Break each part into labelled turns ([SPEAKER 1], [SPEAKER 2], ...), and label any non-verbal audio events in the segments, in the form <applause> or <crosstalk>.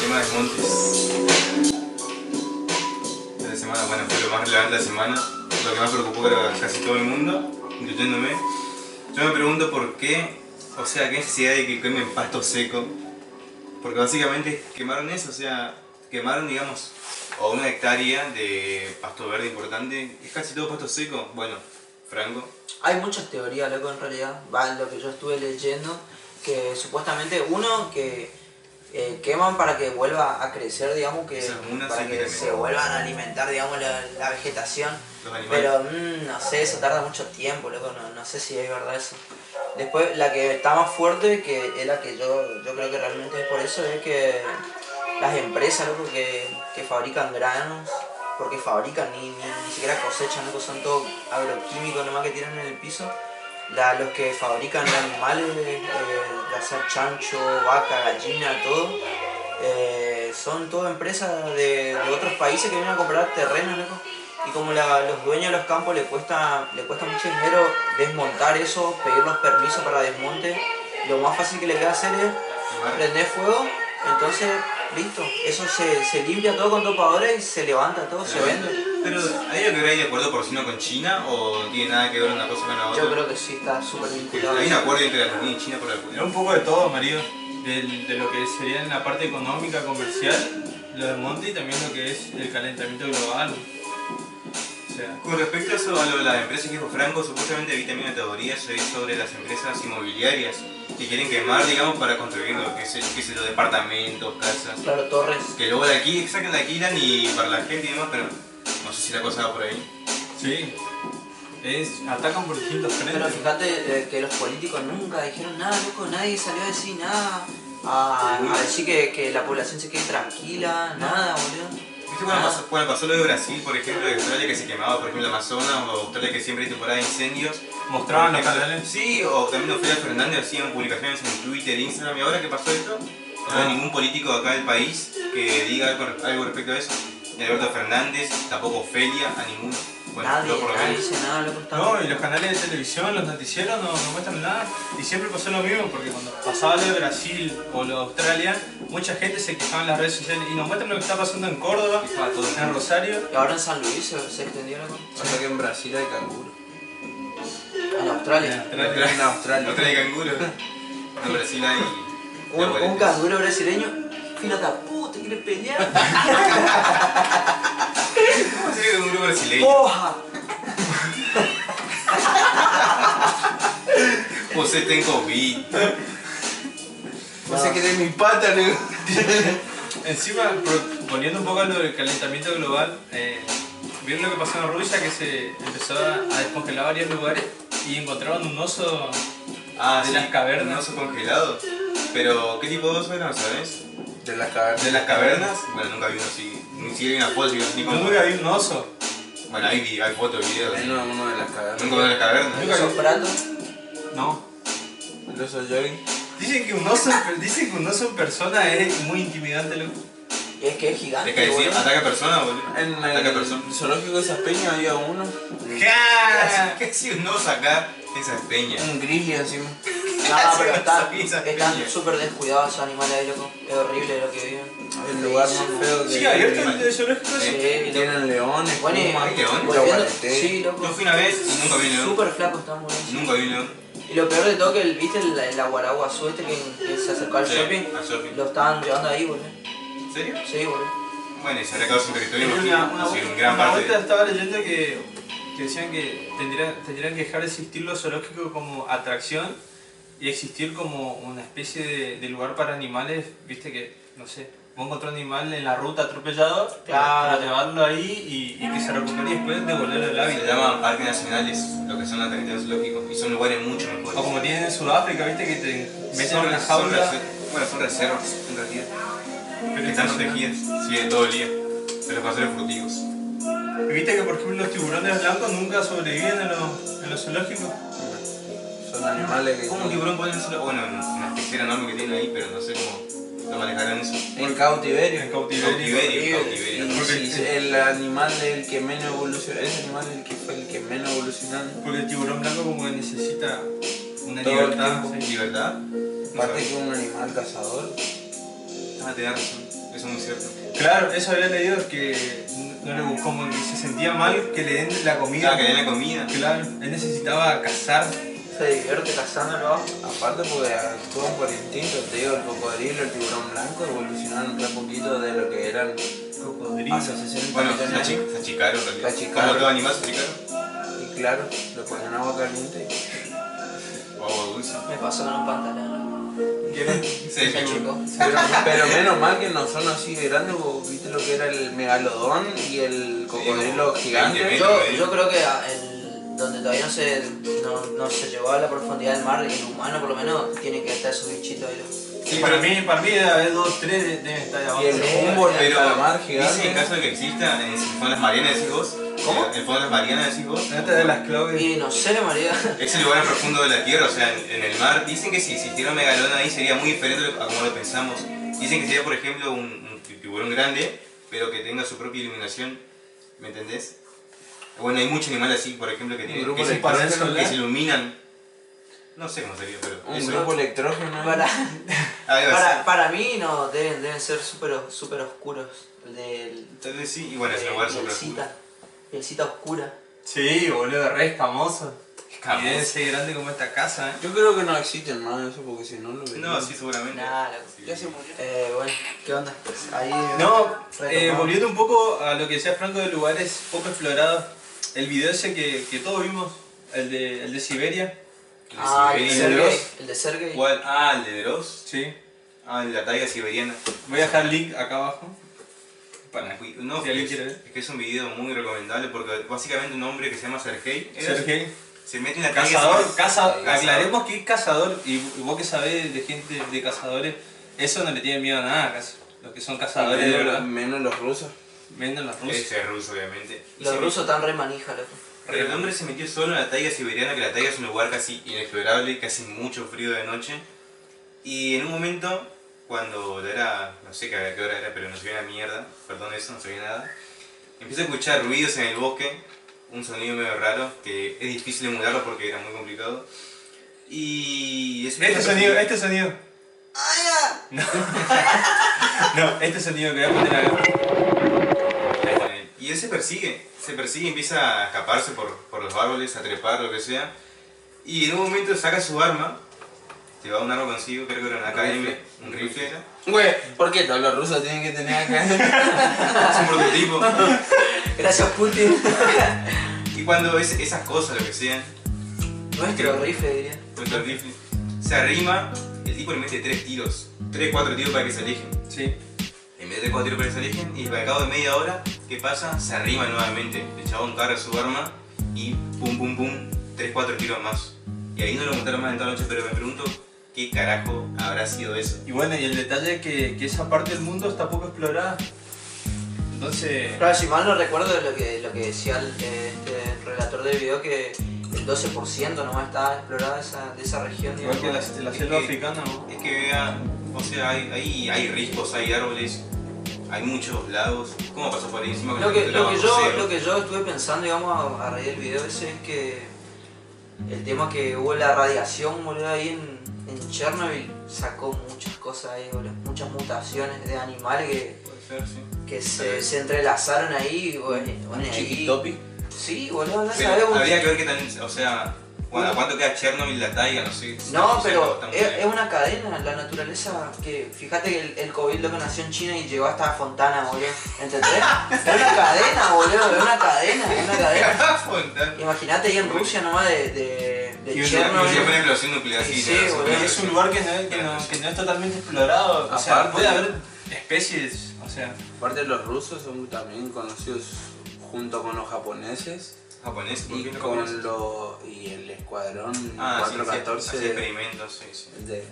[SPEAKER 1] Chema Desmontes. La semana, bueno, fue lo más relevante de la semana, lo que más preocupó era casi todo el mundo, incluyéndome. Yo me pregunto por qué, o sea, qué necesidad de que quemen pasto seco, porque básicamente quemaron eso, o sea, quemaron, digamos, o una hectárea de pasto verde importante, es casi todo pasto seco, bueno, Franco.
[SPEAKER 2] Hay muchas teorías, loco, en realidad, va en lo que yo estuve leyendo, que supuestamente uno que eh, queman para que vuelva a crecer, digamos, que
[SPEAKER 1] Esas munas
[SPEAKER 2] para
[SPEAKER 1] sí
[SPEAKER 2] que
[SPEAKER 1] que
[SPEAKER 2] se
[SPEAKER 1] queman.
[SPEAKER 2] vuelvan a alimentar, digamos, la, la vegetación.
[SPEAKER 1] Los animales.
[SPEAKER 2] Pero mm, no sé, eso tarda mucho tiempo, loco, no, no sé si es verdad eso. Después, la que está más fuerte, que es la que yo, yo creo que realmente es por eso, es que las empresas, loco, que, que fabrican granos, porque fabrican ni, ni, ni siquiera cosechan, loco, son todo agroquímicos nomás que tiran en el piso. La- los que fabrican animales, eh, ya sea chancho, vaca, gallina, todo, eh, son todas empresas de, de otros países que vienen a comprar terrenos, loco. Y como la- los dueños de los campos les cuesta, le cuesta mucho dinero desmontar eso, pedir los permisos para desmonte, lo más fácil que les queda hacer es
[SPEAKER 1] Quemar.
[SPEAKER 2] prender fuego, entonces listo, eso se, se limpia todo con topadores y se levanta todo, se vende.
[SPEAKER 1] Pero, ¿hay algo que ver ahí de acuerdo porcino con China o tiene nada que ver una cosa con la otra?
[SPEAKER 2] Yo creo que sí está súper vinculado.
[SPEAKER 1] Hay un acuerdo entre Argentina y China por la
[SPEAKER 3] Era un poco de todo, marido. Del- de lo que sería en la parte económica, comercial, lo del monte y también lo que es el calentamiento global. O sea,
[SPEAKER 1] Con respecto a eso, a lo de las empresas que dijo Franco, supuestamente vi también una teoría sobre- sobre las empresas inmobiliarias que quieren quemar, digamos, para construir lo que es, que es los departamentos, casas.
[SPEAKER 2] Claro, Torres.
[SPEAKER 1] Que luego de aquí, sacan de aquí, dan y para la gente y demás, pero no sé si la cosa va por ahí.
[SPEAKER 3] sí. Es, atacan por distintos
[SPEAKER 2] Pero
[SPEAKER 3] frentes.
[SPEAKER 2] fíjate eh, que los políticos nunca dijeron nada, loco, nadie salió a decir nada, a, a decir que, que la población se quede tranquila, nada, boludo.
[SPEAKER 1] ¿Viste cuando,
[SPEAKER 2] Ah.
[SPEAKER 1] pasó, cuando pasó lo de Brasil, por ejemplo, de Australia que se quemaba, por ejemplo, el Amazonas, o Australia que siempre hay temporada de incendios?
[SPEAKER 3] Mostraban los
[SPEAKER 1] Por ejemplo,
[SPEAKER 3] canales.
[SPEAKER 1] Sí, o también Ofelia Fernández hacían publicaciones en Twitter, Instagram, y ahora que pasó esto, no hay
[SPEAKER 3] Ah.
[SPEAKER 1] ningún político de acá del país que diga algo, algo respecto a eso. Ni Alberto Fernández, tampoco Ofelia, a ninguno. Bueno, yo
[SPEAKER 2] nadie,
[SPEAKER 1] por lo
[SPEAKER 2] nadie
[SPEAKER 1] menos.
[SPEAKER 2] dice nada, loco, está
[SPEAKER 3] No, y los canales de televisión, los noticieros no, no muestran nada. Y siempre pasó lo mismo, porque cuando pasaba lo de Brasil o lo de Australia, mucha gente se quejaba en las redes sociales y nos muestran lo que está pasando en Córdoba,
[SPEAKER 1] Quejaba todo el
[SPEAKER 3] en
[SPEAKER 1] mundo.
[SPEAKER 3] Rosario.
[SPEAKER 2] Y ahora en San Luis se, se extendió, loco,
[SPEAKER 4] O sea que en Brasil hay canguro.
[SPEAKER 2] en Australia.
[SPEAKER 3] Australia.
[SPEAKER 4] En Australia.
[SPEAKER 1] No trae canguro. En Brasil hay.
[SPEAKER 2] Un, un
[SPEAKER 1] abuelitas.
[SPEAKER 2] canguro brasileño, fila de puta, quiere pelear.
[SPEAKER 1] <laughs> ¿Cómo se ve un canguro brasileño?
[SPEAKER 2] ¡Poja!
[SPEAKER 1] José tengo COVID.
[SPEAKER 4] No sé qué de mi pata, ¿no?
[SPEAKER 3] Encima, pro- poniendo un poco a lo del calentamiento global, eh, vieron lo que pasó en Rusia, que se empezó a a descongelar varios lugares y encontraron un oso.
[SPEAKER 1] Ah,
[SPEAKER 3] De las cavernas.
[SPEAKER 1] Un oso congelado. Pero, ¿qué tipo de oso eran, sabes?
[SPEAKER 4] De las cavernas.
[SPEAKER 1] ¿De las cavernas? Bueno, nunca vi uno así. Ni siquiera hay una foto, ni cómo-
[SPEAKER 3] Nunca vi un oso.
[SPEAKER 1] Bueno, hay, vi- hay fotos, videos.
[SPEAKER 4] En uno, uno de las
[SPEAKER 1] Nunca vi
[SPEAKER 4] cavernas.
[SPEAKER 1] las cavernas.
[SPEAKER 3] Nunca
[SPEAKER 2] Esos pratos,
[SPEAKER 3] No.
[SPEAKER 4] El oso Yogi.
[SPEAKER 3] Dicen que un oso, en per- dicen que un oso en persona es muy intimidante, loco.
[SPEAKER 2] y es que es
[SPEAKER 1] Es
[SPEAKER 2] gigante,
[SPEAKER 1] que ah, decir,
[SPEAKER 2] boludo.
[SPEAKER 1] ataca a personas, boludo.
[SPEAKER 4] En
[SPEAKER 1] ataca a personas.
[SPEAKER 4] el zoológico de esas peñas había uno.
[SPEAKER 3] ¡Ja!
[SPEAKER 1] ¿Qué hacía un oso acá en esas peñas?
[SPEAKER 4] Un grizzly encima.
[SPEAKER 1] <laughs>
[SPEAKER 2] Nada,
[SPEAKER 1] Sí,
[SPEAKER 2] pero
[SPEAKER 1] no
[SPEAKER 2] están,
[SPEAKER 1] sabía esa
[SPEAKER 2] están
[SPEAKER 1] peña.
[SPEAKER 2] súper descuidados esos animales ahí, loco. Es horrible lo que viven.
[SPEAKER 4] El lugar más feo que.
[SPEAKER 3] Sí, abierto el el zoológico.
[SPEAKER 2] Sí,
[SPEAKER 3] sí.
[SPEAKER 2] loco.
[SPEAKER 4] Tienen leones,
[SPEAKER 2] Bueno, y-
[SPEAKER 4] pumas,
[SPEAKER 1] león?
[SPEAKER 2] Volviendo-
[SPEAKER 4] jaguaretes.
[SPEAKER 2] Sí, loco.
[SPEAKER 1] Yo fui una vez y nunca vi un león.
[SPEAKER 2] Súper flaco están, boludo.
[SPEAKER 1] Nunca vi un león.
[SPEAKER 2] Y lo peor de todo que el, viste el, el aguaragua azul este que, que se acercó al
[SPEAKER 1] Sí,
[SPEAKER 2] shopping,
[SPEAKER 1] al shopping.
[SPEAKER 2] lo estaban llevando ahí, boludo.
[SPEAKER 1] ¿En serio?
[SPEAKER 2] Sí, boludo.
[SPEAKER 1] Bueno, y se habrá quedado sin territorio,
[SPEAKER 3] Una,
[SPEAKER 1] imagino.
[SPEAKER 3] una-
[SPEAKER 1] Así que en
[SPEAKER 3] una
[SPEAKER 1] gran parte.
[SPEAKER 3] vuelta estaba leyendo que, que decían que tendrían, tendrían que dejar de existir los zoológicos como atracción y existir como una especie de, de lugar para animales, viste que, no sé, vos encontrás un animal en la ruta atropellado, ah, para
[SPEAKER 2] Claro.
[SPEAKER 3] llevarlo ahí y, y que se recupere y después devolverlo al
[SPEAKER 1] Se
[SPEAKER 3] hábitat.
[SPEAKER 1] llaman parques nacionales, lo que son las territorios zoológicos. Y son lugares mucho mejores.
[SPEAKER 3] O como tienen en Sudáfrica, viste que te meten
[SPEAKER 1] Son-
[SPEAKER 3] en una
[SPEAKER 1] son
[SPEAKER 3] jaula,
[SPEAKER 1] reser- Bueno, son reservas, en realidad.
[SPEAKER 3] pero
[SPEAKER 1] Que están
[SPEAKER 3] impresionante.
[SPEAKER 1] protegidas, sí, de todo el día. De los paseos furtivos.
[SPEAKER 3] Y viste que por ejemplo los tiburones blancos nunca sobreviven en los, en los zoológicos.
[SPEAKER 4] Son animales que.
[SPEAKER 1] ¿Cómo un tiburón puede hacer? Bueno, en una pesquera enorme que tienen ahí, pero no sé cómo lo manejarán eso.
[SPEAKER 4] En cautiverio.
[SPEAKER 3] En cautiverio.
[SPEAKER 1] Cautiverio, cautiverio.
[SPEAKER 4] Y si el animal del que menos evolucionó, ese animal el que fue el que menos evolucionó.
[SPEAKER 3] Porque el tiburón blanco como que necesita una
[SPEAKER 4] Todo el
[SPEAKER 3] libertad.
[SPEAKER 4] tiempo.
[SPEAKER 3] sí.
[SPEAKER 1] ¿Libertad? No
[SPEAKER 4] Aparte
[SPEAKER 1] sabía.
[SPEAKER 4] que un animal cazador.
[SPEAKER 1] Ah, tenés razón. Eso es muy cierto.
[SPEAKER 3] Claro, eso había leído que no le gustó, como que se sentía mal que le den la comida.
[SPEAKER 1] Ah, que le den la comida.
[SPEAKER 3] Claro, él necesitaba cazar.
[SPEAKER 2] Se divierte cazándolo.
[SPEAKER 4] Aparte porque actúan por instinto, te digo, el cocodrilo, el tiburón blanco evolucionaron un poquito de lo que eran
[SPEAKER 3] Cocodrilo.
[SPEAKER 4] hace 60
[SPEAKER 1] Bueno, se,
[SPEAKER 4] millones de años.
[SPEAKER 1] achi- se achicaron en realidad.
[SPEAKER 4] Se achicaron.
[SPEAKER 1] Como todo animal se achicaron.
[SPEAKER 4] Y claro, lo ponen en agua caliente.
[SPEAKER 1] O agua dulce.
[SPEAKER 2] Me pasó con un pantalón.
[SPEAKER 1] Se
[SPEAKER 2] Ese chico.
[SPEAKER 4] Pero, pero menos mal que no son así de grandes, porque viste lo que era el megalodón y el cocodrilo
[SPEAKER 1] Sí,
[SPEAKER 4] gigante.
[SPEAKER 1] veinte
[SPEAKER 2] Yo, yo creo que a- el- donde todavía no se, no, no se llegó a la profundidad del mar, el humano por lo menos tiene que estar esos bichitos ahí. loco.
[SPEAKER 1] Sí,
[SPEAKER 3] para
[SPEAKER 1] pero-
[SPEAKER 3] mí, para mí debe haber dos, tres de- deben estar ahí abajo.
[SPEAKER 4] Y el
[SPEAKER 2] Sí,
[SPEAKER 4] humbo, el
[SPEAKER 1] Pero
[SPEAKER 4] calamar
[SPEAKER 1] dice en
[SPEAKER 4] gigante.
[SPEAKER 1] caso de que exista, en el fondo de las Marianas decís vos.
[SPEAKER 4] ¿Cómo?
[SPEAKER 1] En el fondo de las Marianas decís vos.
[SPEAKER 3] No te de las claves.
[SPEAKER 2] Y no sé, María.
[SPEAKER 1] Es el lugar profundo de la Tierra, o sea, en, en el mar. Dicen que si existiera un megalón ahí sería muy diferente a como lo pensamos. Dicen que sería, por ejemplo, un, un tiburón grande, pero que tenga su propia iluminación. ¿Me entendés? Bueno, hay muchos animales así, por ejemplo, que, tienen,
[SPEAKER 4] grupo
[SPEAKER 1] que, se,
[SPEAKER 4] de parásitos
[SPEAKER 1] que
[SPEAKER 3] solares.
[SPEAKER 1] se iluminan. No sé cómo sería, pero...
[SPEAKER 4] Un
[SPEAKER 1] eso- Ah,
[SPEAKER 4] grupo
[SPEAKER 2] <laughs>
[SPEAKER 4] electrógeno.
[SPEAKER 2] Para,
[SPEAKER 1] algo así.
[SPEAKER 2] para, para mí no, deben, deben ser súper super oscuros. El del.
[SPEAKER 1] Tal vez sí, y bueno, es un
[SPEAKER 2] de
[SPEAKER 1] lugar súper oscuro.
[SPEAKER 2] pielcita, pielcita oscura.
[SPEAKER 3] Sí, boludo, re escamoso.
[SPEAKER 1] Escamoso.
[SPEAKER 3] Y debe ser grande como esta casa, eh.
[SPEAKER 4] Yo creo que no existen más eso, porque si no lo verían.
[SPEAKER 1] No, sí, seguramente.
[SPEAKER 2] Nah, loco.
[SPEAKER 1] Ya se murió.
[SPEAKER 2] Eh, bueno, ¿qué onda? Ahí.
[SPEAKER 3] No, eh,
[SPEAKER 2] retomamos.
[SPEAKER 3] volviendo un poco a lo que decía Franco de lugares poco explorados, el video ese que, que todos vimos, el de, el de Siberia,
[SPEAKER 2] Ah, el de
[SPEAKER 1] El
[SPEAKER 2] Sergey.
[SPEAKER 1] Dross.
[SPEAKER 2] El de Sergey.
[SPEAKER 1] ¿Cuál? Ah, el de Dross.
[SPEAKER 3] sí.
[SPEAKER 1] Ah, la taiga siberiana.
[SPEAKER 3] Voy a dejar el link acá abajo.
[SPEAKER 1] Para cu- no,
[SPEAKER 3] Si alguien
[SPEAKER 1] es,
[SPEAKER 3] quiere ver.
[SPEAKER 1] es que es un video muy recomendable porque básicamente un hombre que se llama Sergei era-
[SPEAKER 3] Sergei.
[SPEAKER 1] se mete en la taiga
[SPEAKER 3] Cazador,
[SPEAKER 1] siberiana.
[SPEAKER 3] caza,
[SPEAKER 1] Cazador.
[SPEAKER 3] aclaremos que es cazador, y y vos que sabés de gente de cazadores, eso no le tiene miedo a nada casi. Los que son cazadores de
[SPEAKER 4] menos,
[SPEAKER 3] verdad,
[SPEAKER 4] menos los rusos.
[SPEAKER 3] venden las rusas.
[SPEAKER 1] Ese es ruso, obviamente. Y se
[SPEAKER 2] Los
[SPEAKER 1] metió-
[SPEAKER 2] rusos están re manija, loco.
[SPEAKER 1] Pero el hombre se metió solo en la taiga siberiana, que la taiga es un lugar casi inexplorable, que hace mucho frío de noche. Y en un momento, cuando era, no sé qué qué hora era, pero no se veía una mierda, perdón eso, no se veía nada, empieza a escuchar ruidos en el bosque, un sonido medio raro, que es difícil emularlo porque era muy complicado. Y es
[SPEAKER 3] Este sonido, este sonido. <laughs> No, no, este sonido que voy a poner acá.
[SPEAKER 1] Eh, Y él se persigue, se persigue, empieza a escaparse por, por los árboles, a trepar, lo que sea. Y en un momento saca su arma, llevaba un arma consigo, creo que era una AKM, un rifle era.
[SPEAKER 4] Güey, ¿por qué todos los rusos tienen que tener acá?
[SPEAKER 1] Es un prototipo.
[SPEAKER 2] Gracias, Putin.
[SPEAKER 1] Y cuando es esas cosas, lo que sea,
[SPEAKER 2] Nuestro rifle, diría.
[SPEAKER 1] contra el rifle, se arrima, el tipo le mete tres tiros, tres, cuatro tiros para que se alejen.
[SPEAKER 3] Sí.
[SPEAKER 1] Le mete tres, cuatro tiros para que se alejen y al cabo de media hora, ¿qué pasa? Se arrima nuevamente. El chabón carga su arma y pum, pum, pum, tres, cuatro tiros más. Y ahí no lo montaron más en toda la noche, pero me pregunto, ¿qué carajo habrá sido eso?
[SPEAKER 3] Y bueno, y el detalle es que, que esa parte del mundo está poco explorada. Entonces,
[SPEAKER 2] Claro, si mal no recuerdo lo que, lo que decía el, eh, este relator del video, que el 12% nomás está explorada esa, de esa región.
[SPEAKER 3] igual que la,
[SPEAKER 2] digamos.
[SPEAKER 3] la selva africana, ¿no?
[SPEAKER 1] Es que vea, o sea, hay, hay, hay riscos, hay árboles, hay muchos lagos. ¿Cómo pasó por ahí encima?
[SPEAKER 2] Lo que,
[SPEAKER 1] el
[SPEAKER 2] lo,
[SPEAKER 1] lava
[SPEAKER 2] que yo,
[SPEAKER 1] cero?
[SPEAKER 2] lo que yo estuve pensando, digamos, a, a raíz del video ese es que el tema que hubo la radiación, boludo, ahí en, en Chernobyl sacó muchas cosas ahí, boludo, muchas mutaciones de animales que,
[SPEAKER 1] Puede ser, sí.
[SPEAKER 2] que se, se entrelazaron ahí, boludo, eh, bueno, ahí-
[SPEAKER 4] Chiquitopi.
[SPEAKER 2] Sí, boludo, no
[SPEAKER 1] Pero
[SPEAKER 2] sabemos.
[SPEAKER 1] habría que ver que también, o sea, bueno, ¿a cuánto queda Chernobyl la taiga? No sé.
[SPEAKER 2] No,
[SPEAKER 1] sé,
[SPEAKER 2] pero
[SPEAKER 1] está muy
[SPEAKER 2] es,
[SPEAKER 1] lejos. <laughs>
[SPEAKER 2] es una cadena, la naturaleza que, fíjate que el, el COVID loco nació en China y llegó hasta Fontana, boludo, ¿entendés? Es una cadena, boludo, es una cadena, es una cadena.
[SPEAKER 1] Fontana.
[SPEAKER 2] Imagínate ahí en Rusia nomás de, de, de
[SPEAKER 1] Y una,
[SPEAKER 2] Chernobyl.
[SPEAKER 1] y una explosión nuclear,
[SPEAKER 2] Sí,
[SPEAKER 1] sí,
[SPEAKER 2] sí,
[SPEAKER 1] tenés razón.
[SPEAKER 2] boludo.
[SPEAKER 3] Y es un lugar que no, que no- que no es totalmente explorado. O sea,
[SPEAKER 4] Aparte-
[SPEAKER 3] puede haber especies, o sea,
[SPEAKER 4] Aparte los rusos son también conocidos junto con los japoneses
[SPEAKER 1] Japonés, ¿por
[SPEAKER 4] y
[SPEAKER 1] qué no japonés?
[SPEAKER 4] con lo, y el escuadrón
[SPEAKER 1] Ah, sí, sí, sí,
[SPEAKER 4] 414
[SPEAKER 1] hacía experimentos, sí, sí.
[SPEAKER 4] de,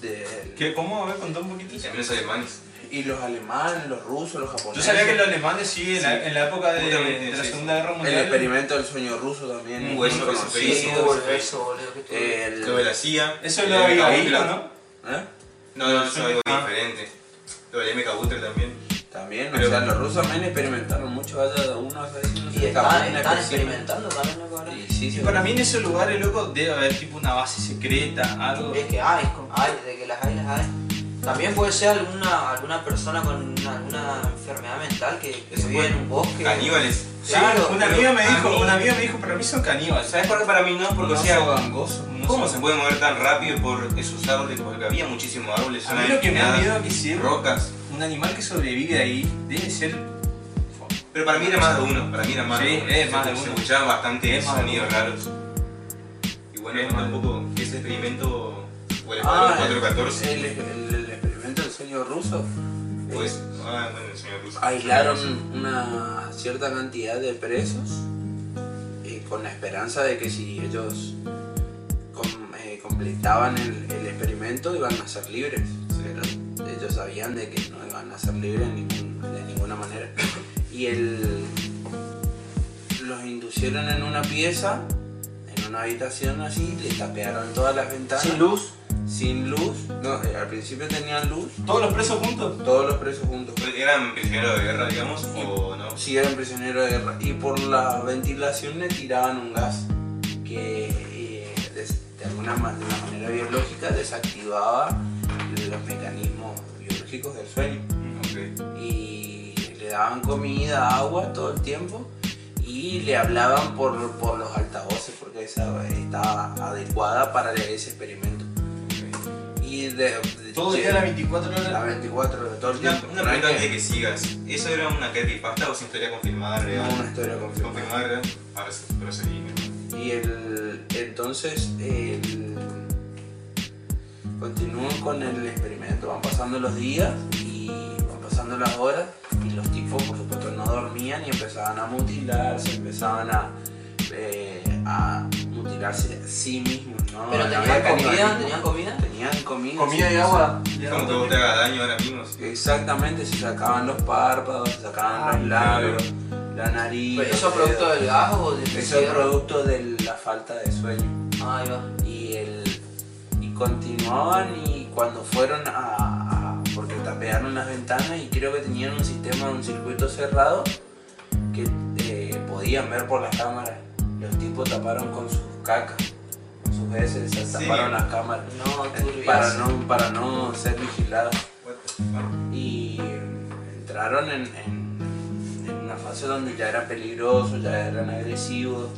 [SPEAKER 4] de-
[SPEAKER 3] que ¿cómo? A ver, contá un poquito.
[SPEAKER 1] Y
[SPEAKER 3] eso.
[SPEAKER 1] también los alemanes.
[SPEAKER 4] y los alemanes, los rusos, los
[SPEAKER 3] Yo
[SPEAKER 4] japoneses.
[SPEAKER 3] sabía que los alemanes sí, en la, en la época de,
[SPEAKER 1] Justamente,
[SPEAKER 3] de la
[SPEAKER 1] sí,
[SPEAKER 3] Segunda Guerra
[SPEAKER 4] el
[SPEAKER 3] Mundial.
[SPEAKER 4] experimento del sueño ruso también.
[SPEAKER 1] Un
[SPEAKER 4] es
[SPEAKER 1] hueso
[SPEAKER 4] muy
[SPEAKER 1] que se
[SPEAKER 4] conocido.
[SPEAKER 2] Sí,
[SPEAKER 1] hizo,
[SPEAKER 4] ¿eh?
[SPEAKER 2] boludo, eso, boludo, que tú-
[SPEAKER 4] El-
[SPEAKER 1] Lo de la CIA.
[SPEAKER 3] Eso
[SPEAKER 1] el
[SPEAKER 3] lo
[SPEAKER 1] MK
[SPEAKER 3] había
[SPEAKER 1] Ultra.
[SPEAKER 3] visto, ¿no?
[SPEAKER 4] ¿eh?
[SPEAKER 1] No, no, eso es algo
[SPEAKER 3] Ah.
[SPEAKER 1] diferente. Lo del MK Ultra también.
[SPEAKER 4] También,
[SPEAKER 1] Pero-
[SPEAKER 4] o sea, los rusos también experimentaron mucho, vaya uno a veces no
[SPEAKER 2] Y
[SPEAKER 4] se escapan
[SPEAKER 2] están,
[SPEAKER 4] en
[SPEAKER 2] están
[SPEAKER 4] especímen.
[SPEAKER 2] experimentando también, loco, ahora.
[SPEAKER 4] Y sí,
[SPEAKER 3] Y
[SPEAKER 4] se-
[SPEAKER 3] para mí en esos lugares, loco, debe haber tipo una base secreta, algo.
[SPEAKER 2] Es que hay, con- hay, de que las hay, las hay. También puede ser alguna, alguna persona con una- alguna enfermedad mental que, que
[SPEAKER 1] Eso
[SPEAKER 2] vive en un bosque.
[SPEAKER 1] Caníbales.
[SPEAKER 3] Sí,
[SPEAKER 2] Claro,
[SPEAKER 3] un
[SPEAKER 2] pero
[SPEAKER 3] amigo me
[SPEAKER 1] a
[SPEAKER 3] dijo,
[SPEAKER 1] mí-
[SPEAKER 3] un amigo me dijo, para mí son caníbales.
[SPEAKER 1] ¿Sabes por qué para mí no? Porque
[SPEAKER 3] No
[SPEAKER 1] o sea,
[SPEAKER 3] son gangosos, no
[SPEAKER 1] ¿Cómo
[SPEAKER 3] son-
[SPEAKER 1] se puede mover tan rápido por esos árboles? Porque había muchísimos árboles,
[SPEAKER 3] A
[SPEAKER 1] zonas
[SPEAKER 3] mí lo que me da
[SPEAKER 1] empinadas,
[SPEAKER 3] miedo es que si es
[SPEAKER 1] rocas.
[SPEAKER 3] un animal que sobrevive ahí, debe ser...
[SPEAKER 1] Pero para mí era más de uno, para mí era más
[SPEAKER 3] Sí,
[SPEAKER 1] de uno.
[SPEAKER 3] es
[SPEAKER 1] Se-
[SPEAKER 3] más de
[SPEAKER 1] Se
[SPEAKER 3] uno.
[SPEAKER 1] escuchaban bastante
[SPEAKER 3] Es más de
[SPEAKER 1] sonidos
[SPEAKER 3] uno.
[SPEAKER 1] raros. Y bueno,
[SPEAKER 3] Es
[SPEAKER 1] cuenta un
[SPEAKER 3] más de
[SPEAKER 1] poco ese experimento, o el
[SPEAKER 4] Ah,
[SPEAKER 1] Escuadrón 414,
[SPEAKER 4] El, el- el experimento del sueño ruso.
[SPEAKER 3] eh,
[SPEAKER 4] Eh,
[SPEAKER 1] pues, ah, bueno, el señor Russo.
[SPEAKER 4] aislaron una cierta cantidad de presos eh, con la esperanza de que si ellos com- eh, completaban el, el experimento iban a ser libres. Pero ellos sabían de que no iban a ser libres de ningún- de ninguna manera. Y el, los inducieron en una pieza, en una habitación así, les tapearon todas las ventanas.
[SPEAKER 2] Sin luz.
[SPEAKER 4] Sin luz. No, eh, al principio tenían luz,
[SPEAKER 3] ¿Todos los presos juntos?
[SPEAKER 4] todos los presos juntos.
[SPEAKER 1] ¿Eran prisioneros de guerra, digamos, o no?
[SPEAKER 4] si eran prisioneros de guerra y por la ventilación le tiraban un gas que eh, des- de alguna ma- de una manera biológica desactivaba los mecanismos biológicos del sueño
[SPEAKER 1] Ok.
[SPEAKER 4] y le daban comida, agua todo el tiempo y le hablaban por, por los altavoces porque esa estaba adecuada para ese experimento y de, de-
[SPEAKER 3] Todo el
[SPEAKER 4] de-
[SPEAKER 3] día a las 24
[SPEAKER 4] a las
[SPEAKER 3] horas.
[SPEAKER 4] 24 de todo el
[SPEAKER 1] Una,
[SPEAKER 4] tiempo
[SPEAKER 1] una
[SPEAKER 4] No es
[SPEAKER 1] pregunta antes de
[SPEAKER 4] que-
[SPEAKER 1] que sigas. ¿Eso era una creepypasta o sin historia confirmada real?
[SPEAKER 4] no, una historia confirmada
[SPEAKER 1] Confirmada real. Ahora sí, procedí. mi hermano.
[SPEAKER 4] Y el, entonces el, continúan con el experimento, van pasando los días y van pasando las horas y los tipos por supuesto no dormían y empezaban a mutilarse, empezaban a, eh, a mutilarse a sí mismos. ¿no?
[SPEAKER 2] Pero
[SPEAKER 4] Era
[SPEAKER 2] tenían
[SPEAKER 4] más
[SPEAKER 2] comida,
[SPEAKER 4] canibalismo.
[SPEAKER 2] tenían comida.
[SPEAKER 4] tenían comida. sí,
[SPEAKER 3] Y agua
[SPEAKER 1] ¿Cuánto vos te
[SPEAKER 3] también.
[SPEAKER 1] hagas daño ahora mismo?
[SPEAKER 4] sí. Exactamente, se sacaban los párpados, se sacaban los labios, la nariz.
[SPEAKER 2] Pero ¿Eso
[SPEAKER 4] los
[SPEAKER 2] es producto
[SPEAKER 4] dedos.
[SPEAKER 2] del gas o del
[SPEAKER 4] Eso es
[SPEAKER 2] cigarro?
[SPEAKER 4] producto de la falta de sueño.
[SPEAKER 2] Ahí va.
[SPEAKER 4] y el y continuaban y cuando fueron a, a- porque tapearon las ventanas y creo que tenían un sistema un circuito cerrado que eh, podían ver por las cámaras los tipos taparon con sus cacas con sus veces
[SPEAKER 1] Sí.
[SPEAKER 4] taparon las cámaras
[SPEAKER 2] No, turbio.
[SPEAKER 4] para no para no ser vigilados
[SPEAKER 1] What the fuck?
[SPEAKER 4] y entraron en, en- en una fase donde ya era peligroso ya eran agresivos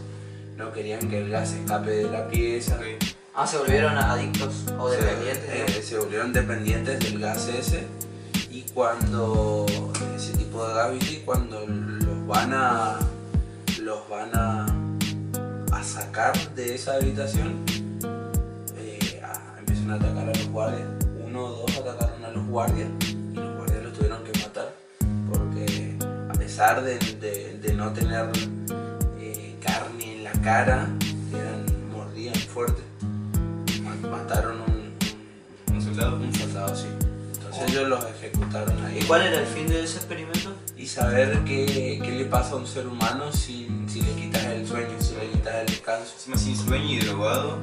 [SPEAKER 4] no querían que el gas escape de la pieza
[SPEAKER 1] Ok.
[SPEAKER 2] Ah, se volvieron adictos o
[SPEAKER 4] se-
[SPEAKER 2] dependientes.
[SPEAKER 4] eh,
[SPEAKER 2] digamos.
[SPEAKER 4] Se, volvieron dependientes del gas ese y cuando ese tipo de gas, ¿viste? Y cuando los van a los van a, a sacar de esa habitación, eh, a- empiezan a atacar a los guardias. Uno o dos atacaron a los guardias y los guardias los tuvieron que matar porque a pesar de, de- de no tener eh, carne en la cara, eran mordidas fuerte. Ma- Mataron un,
[SPEAKER 1] ¿Un soldado?
[SPEAKER 4] un, un soldado así. Entonces ellos los ejecutaron ahí.
[SPEAKER 2] ¿Y cuál era el fin de ese experimento?
[SPEAKER 4] Y saber qué, qué le pasa a un ser humano si, si le quitas el sueño, si le quitas el descanso.
[SPEAKER 1] Encima sin sueño y drogado,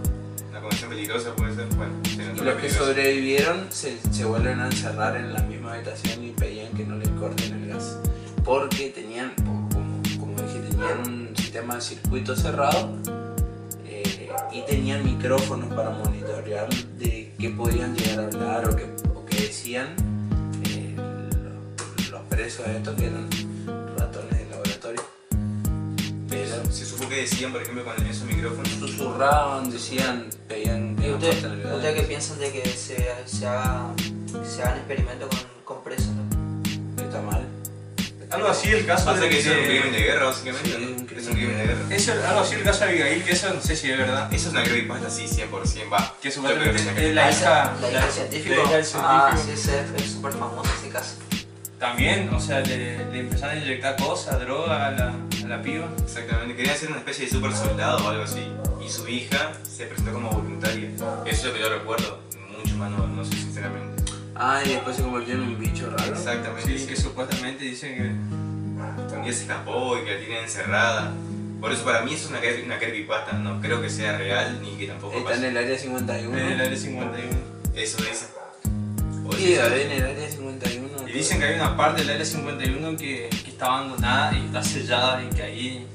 [SPEAKER 1] una condición peligrosa puede ser, bueno, se
[SPEAKER 4] Y
[SPEAKER 1] nota
[SPEAKER 4] los que
[SPEAKER 1] peligroso.
[SPEAKER 4] sobrevivieron se, se vuelven a encerrar en la misma habitación y pedían que no les corten el gas. Porque tenían, como, como dije, tenían un sistema de circuito cerrado eh, y tenían micrófonos para monitorear de qué podían llegar a hablar o qué, o qué decían eh, los, los presos estos que eran ratones de laboratorio. Pero
[SPEAKER 1] Se supo que decían, por ejemplo, cuando en esos micrófonos.
[SPEAKER 4] susurraban, decían, pedían que
[SPEAKER 2] ¿Y
[SPEAKER 4] no
[SPEAKER 2] ustedes
[SPEAKER 4] corten el gas.
[SPEAKER 2] usted qué piensan de que se, se haga, se hagan experimentos con, con presos? no?
[SPEAKER 4] Está mal.
[SPEAKER 3] Algo así el caso
[SPEAKER 1] Pasa
[SPEAKER 3] de
[SPEAKER 1] que eso es un
[SPEAKER 3] que-
[SPEAKER 1] crimen de guerra, básicamente,
[SPEAKER 4] Sí,
[SPEAKER 1] ¿no?
[SPEAKER 4] un crimen
[SPEAKER 1] Es un crimen de guerra.
[SPEAKER 3] Eso era algo así el caso de Abigail, que eso no sé si es verdad.
[SPEAKER 1] Eso es una creepypasta, sí, 100%, va.
[SPEAKER 3] Que
[SPEAKER 1] Yo creo que es una
[SPEAKER 3] supuestamente es
[SPEAKER 2] Ah,
[SPEAKER 3] la
[SPEAKER 2] esa-
[SPEAKER 3] hija...
[SPEAKER 2] La hija del científico.
[SPEAKER 3] la hija
[SPEAKER 2] Ah,
[SPEAKER 3] del
[SPEAKER 2] sí,
[SPEAKER 3] científico.
[SPEAKER 2] ese es- es súper famoso ese caso.
[SPEAKER 3] También, o sea, le, le empezaron a inyectar cosas, droga a la, a la piba.
[SPEAKER 1] Exactamente, quería ser una especie de super soldado o algo así. Y su hija se presentó como voluntaria. Eso es lo que yo recuerdo. Mucho más no, no sé sinceramente.
[SPEAKER 4] Ah, y después se convirtió en un bicho raro.
[SPEAKER 1] Exactamente.
[SPEAKER 3] Sí, que supuestamente dicen que...
[SPEAKER 1] Un día se escapó y que la tienen encerrada. Por eso para mí eso es una, creepy- una creepypasta. No creo que sea real ni que tampoco
[SPEAKER 4] Está en
[SPEAKER 1] pase.
[SPEAKER 4] el área
[SPEAKER 3] En el
[SPEAKER 4] 51.
[SPEAKER 3] área 51.
[SPEAKER 1] Eso dice. O
[SPEAKER 4] Sí,
[SPEAKER 1] dice-
[SPEAKER 4] en el área 51.
[SPEAKER 3] Y dicen que hay una parte del área 51 que, que está abandonada y está sellada y que ahí,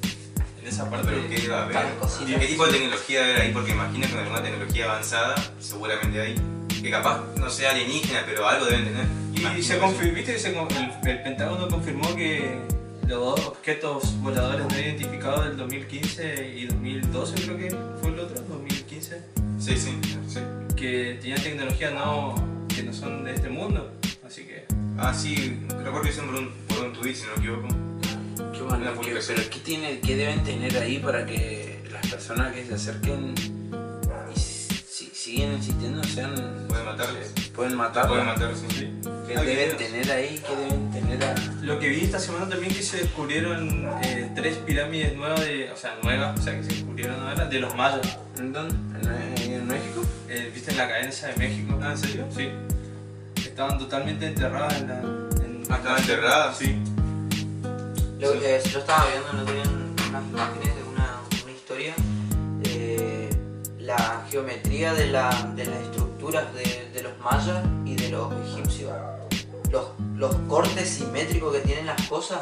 [SPEAKER 3] en esa parte...
[SPEAKER 1] Pero qué va a haber.
[SPEAKER 2] Tal cosita.
[SPEAKER 1] ¿Y ¿Qué tipo de tecnología va a haber ahí? Porque imagino que con alguna tecnología avanzada, seguramente hay, que que capaz no sea alienígena, pero algo deben tener.
[SPEAKER 3] Y se confirmó, viste que se con- el, el Pentágono confirmó que los dos objetos voladores no identificados del 2015 y 2012 creo que fue el otro, 2015,
[SPEAKER 1] Sí, sí, sí.
[SPEAKER 3] que tenían tecnología no, que no son de este mundo. Así que
[SPEAKER 1] Ah, sí, recuerdo que hicieron por un, por un tuit, si no me equivoco.
[SPEAKER 4] Qué bueno,
[SPEAKER 1] La
[SPEAKER 4] que-
[SPEAKER 1] publicación.
[SPEAKER 4] pero ¿qué, tiene, ¿qué deben tener ahí para que las personas que se acerquen y si, siguen insistiendo sean... eh,
[SPEAKER 1] Pueden matarles.
[SPEAKER 4] Pueden matarlas?
[SPEAKER 1] Pueden matar, sí.
[SPEAKER 4] ¿Qué
[SPEAKER 1] Ah, videos.
[SPEAKER 4] deben tener ahí? ¿Qué deben tener a...
[SPEAKER 3] Lo que vi esta semana también que se descubrieron eh, tres pirámides nuevas, de, o sea, nuevas, o sea, que se descubrieron ahora, de los mayas.
[SPEAKER 4] ¿En dónde? ¿En, en México?
[SPEAKER 3] Eh, ¿Viste en la cadena esa de México?
[SPEAKER 1] Ah, ¿en serio?
[SPEAKER 3] Sí. Estaban totalmente enterradas en la... en-
[SPEAKER 1] Ah, ¿estaban enterradas?
[SPEAKER 3] Sí.
[SPEAKER 2] Lo,
[SPEAKER 1] Sí.
[SPEAKER 2] eh, yo estaba viendo el otro día en unas imágenes de una, una historia. eh, la geometría de, la- de las estructuras de, de los mayas y de los egipcios. Los, los cortes simétricos que tienen las cosas,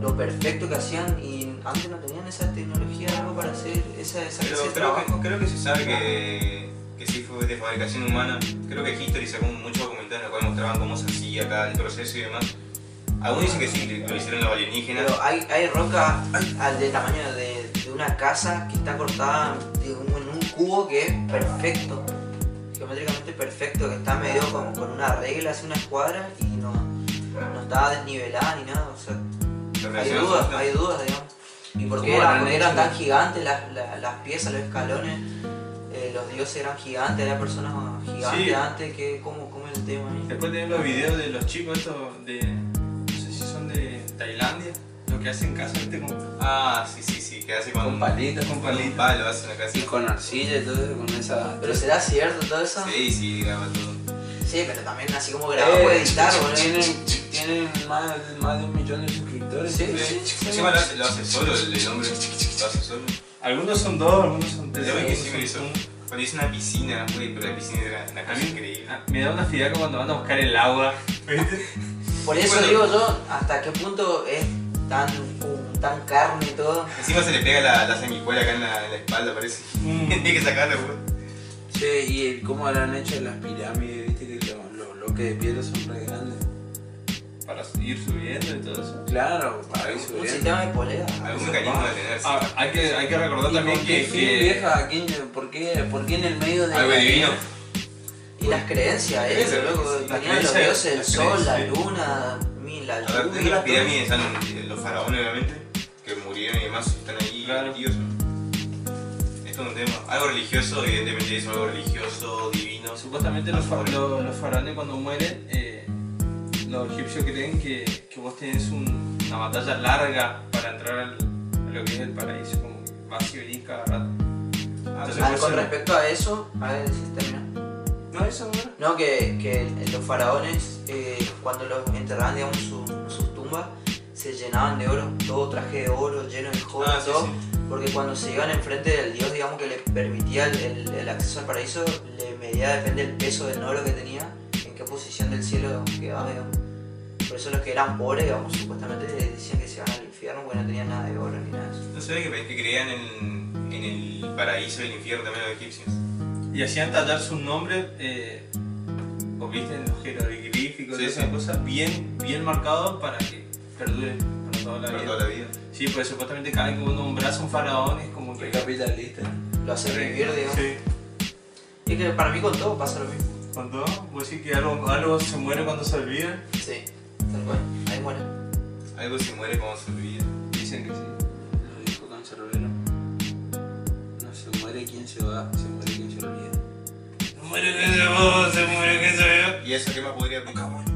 [SPEAKER 2] lo perfecto que hacían y antes no tenían esa tecnología algo para hacer esa, esa
[SPEAKER 1] Pero
[SPEAKER 2] ese
[SPEAKER 1] creo
[SPEAKER 2] trabajo.
[SPEAKER 1] que, creo que se sabe que, que sí fue de fabricación humana. Creo que History sacó muchos documentales en los cuales mostraban cómo se hacía cada proceso y demás. Algunos dicen que sí, que lo hicieron los alienígenas.
[SPEAKER 2] Pero hay, hay roca al de tamaño de, de una casa que está cortada de un- en un cubo que es perfecto, geométricamente perfecto, que está medio con, con una regla, hace una escuadra y no, no está desnivelada ni nada. O sea,
[SPEAKER 1] Pero
[SPEAKER 2] hay
[SPEAKER 1] relacionados
[SPEAKER 2] dudas,
[SPEAKER 1] con-
[SPEAKER 2] hay dudas, digamos. ¿Y por qué
[SPEAKER 4] ¿Cómo
[SPEAKER 2] eran,
[SPEAKER 4] habrán
[SPEAKER 2] por qué eran
[SPEAKER 4] hecho?
[SPEAKER 2] tan gigantes las, la- las piezas, los escalones? Eh, los dioses eran gigantes, había personas gigantes
[SPEAKER 3] Sí.
[SPEAKER 2] antes, que, ¿cómo, ¿cómo es el tema ahí?
[SPEAKER 3] Después tenés los videos de los chicos estos de... No sé si son de Tailandia, lo que hacen casa, ¿viste? Con,
[SPEAKER 1] Ah, sí, sí, sí, que hace con,
[SPEAKER 4] Con palitos.
[SPEAKER 1] con palito. Un palo, hace una casa.
[SPEAKER 4] Y con arcilla y todo eso, con esa...
[SPEAKER 2] ¿Pero será cierto todo eso?
[SPEAKER 1] Sí, sí, graba todo.
[SPEAKER 2] Sí, pero también así como
[SPEAKER 4] Eh,
[SPEAKER 2] grabado puede editar, boludo.
[SPEAKER 4] tienen, tienen más, más de un millón de suscriptores.
[SPEAKER 2] Sí,
[SPEAKER 1] Sí, Encima lo hace, lo hace solo el, el hombre. Lo hace solo.
[SPEAKER 3] algunos son dos, algunos son
[SPEAKER 1] El
[SPEAKER 3] tres.
[SPEAKER 1] hombre que
[SPEAKER 3] algunos
[SPEAKER 1] sí me lo hizo.
[SPEAKER 3] son un.
[SPEAKER 1] Cuando hice una piscina, güey, pero la piscina era una
[SPEAKER 3] A
[SPEAKER 1] cosa
[SPEAKER 3] mí-
[SPEAKER 1] increíble.
[SPEAKER 3] Ah, Me da una fidaca cuando van a buscar el agua.
[SPEAKER 2] Por eso
[SPEAKER 1] Bueno.
[SPEAKER 2] digo yo, hasta qué punto es tan, cum- tan carne y todo.
[SPEAKER 1] Encima se le pega la, la sanguijuela acá en la, en la espalda, parece.
[SPEAKER 3] Mm.
[SPEAKER 1] <laughs> Tiene que sacarla, güey.
[SPEAKER 4] Che, ¿y el- cómo habrán hecho las pirámides? Viste que los, los bloques de piedra son re grandes.
[SPEAKER 3] Para ir subiendo y todo eso.
[SPEAKER 4] Claro, para ir
[SPEAKER 2] Un
[SPEAKER 4] subiendo.
[SPEAKER 2] sistema de polea.
[SPEAKER 1] Algún mecanismo de tener, sí.
[SPEAKER 3] Ah, hay, que, hay que recordar
[SPEAKER 4] ¿Y
[SPEAKER 3] también
[SPEAKER 4] con qué
[SPEAKER 3] que,
[SPEAKER 4] fin,
[SPEAKER 3] que-
[SPEAKER 4] vieja? ¿A quién- por, qué, ¿Por qué en el medio de
[SPEAKER 1] Algo
[SPEAKER 4] la-
[SPEAKER 1] divino.
[SPEAKER 2] Y las creencias, eh.
[SPEAKER 1] Creencias,
[SPEAKER 2] luego
[SPEAKER 1] sí, las
[SPEAKER 2] tenían los
[SPEAKER 3] creencias,
[SPEAKER 2] dioses, el
[SPEAKER 3] las
[SPEAKER 2] sol, la
[SPEAKER 3] creencias.
[SPEAKER 2] luna, mi- la
[SPEAKER 1] A ver, dentro de las
[SPEAKER 2] lluvia. todo eso.
[SPEAKER 1] pirámides están los faraones, obviamente, que murieron y demás, están ahí
[SPEAKER 3] Claro.
[SPEAKER 1] metidos. Esto es un tema. Algo religioso, evidentemente, es algo religioso, divino.
[SPEAKER 3] Supuestamente los, fa- lo- los faraones cuando mueren, eh, los egipcios creen que, que vos tenés un- una batalla larga para entrar al, a lo que es el paraíso, como que vas y venís cada rato. Entonces,
[SPEAKER 2] Ah,
[SPEAKER 3] vos
[SPEAKER 2] con
[SPEAKER 3] en-
[SPEAKER 2] respecto a eso, a ver si termina.
[SPEAKER 3] No, eso
[SPEAKER 1] Ah,
[SPEAKER 3] no era.
[SPEAKER 2] No, que, que los faraones, eh, cuando los enterraban, digamos, en su- en sus tumbas, se llenaban de oro, todo traje de oro, lleno de joyas,
[SPEAKER 1] Ah, sí,
[SPEAKER 2] todo.
[SPEAKER 1] sí.
[SPEAKER 2] Porque cuando se iban enfrente del dios, digamos, que le permitía el, el- el acceso al paraíso, le medía, depende del peso del oro que tenía, en qué posición del cielo quedaba, digamos. Por eso los que eran pobres, digamos, supuestamente eh, decían que se iban al infierno porque no tenían nada de oro ni nada de eso.
[SPEAKER 1] No sabía que, que creían en, en el paraíso y el infierno también los egipcios.
[SPEAKER 3] Y hacían tallar su nombre, eh, o viste en los jeroglíficos
[SPEAKER 1] Sí,
[SPEAKER 3] y esas
[SPEAKER 1] sí.
[SPEAKER 3] cosas, bien, bien marcado para que perdure para toda la
[SPEAKER 1] Para
[SPEAKER 3] vida.
[SPEAKER 1] toda la vida.
[SPEAKER 3] Sí, pues supuestamente cada vez que vos nombras a un faraón es como que...
[SPEAKER 4] Re capitalista.
[SPEAKER 2] Lo hacen vivir, digamos.
[SPEAKER 3] Sí.
[SPEAKER 2] Y es que para mí con todo pasa lo mismo.
[SPEAKER 3] ¿Con todo? ¿Vos decís que algo, algo se muere cuando se olvida?
[SPEAKER 2] Sí, tal cual. Ahí muere.
[SPEAKER 1] Algo se muere cuando se olvida.
[SPEAKER 3] Dicen que sí.
[SPEAKER 4] Lo dijo Cancerbero. No se muere quien se va, se muere quien se olvida.
[SPEAKER 3] Se muere que se vos, se muere que se vea.
[SPEAKER 1] ¿Y eso qué más podría aplicar?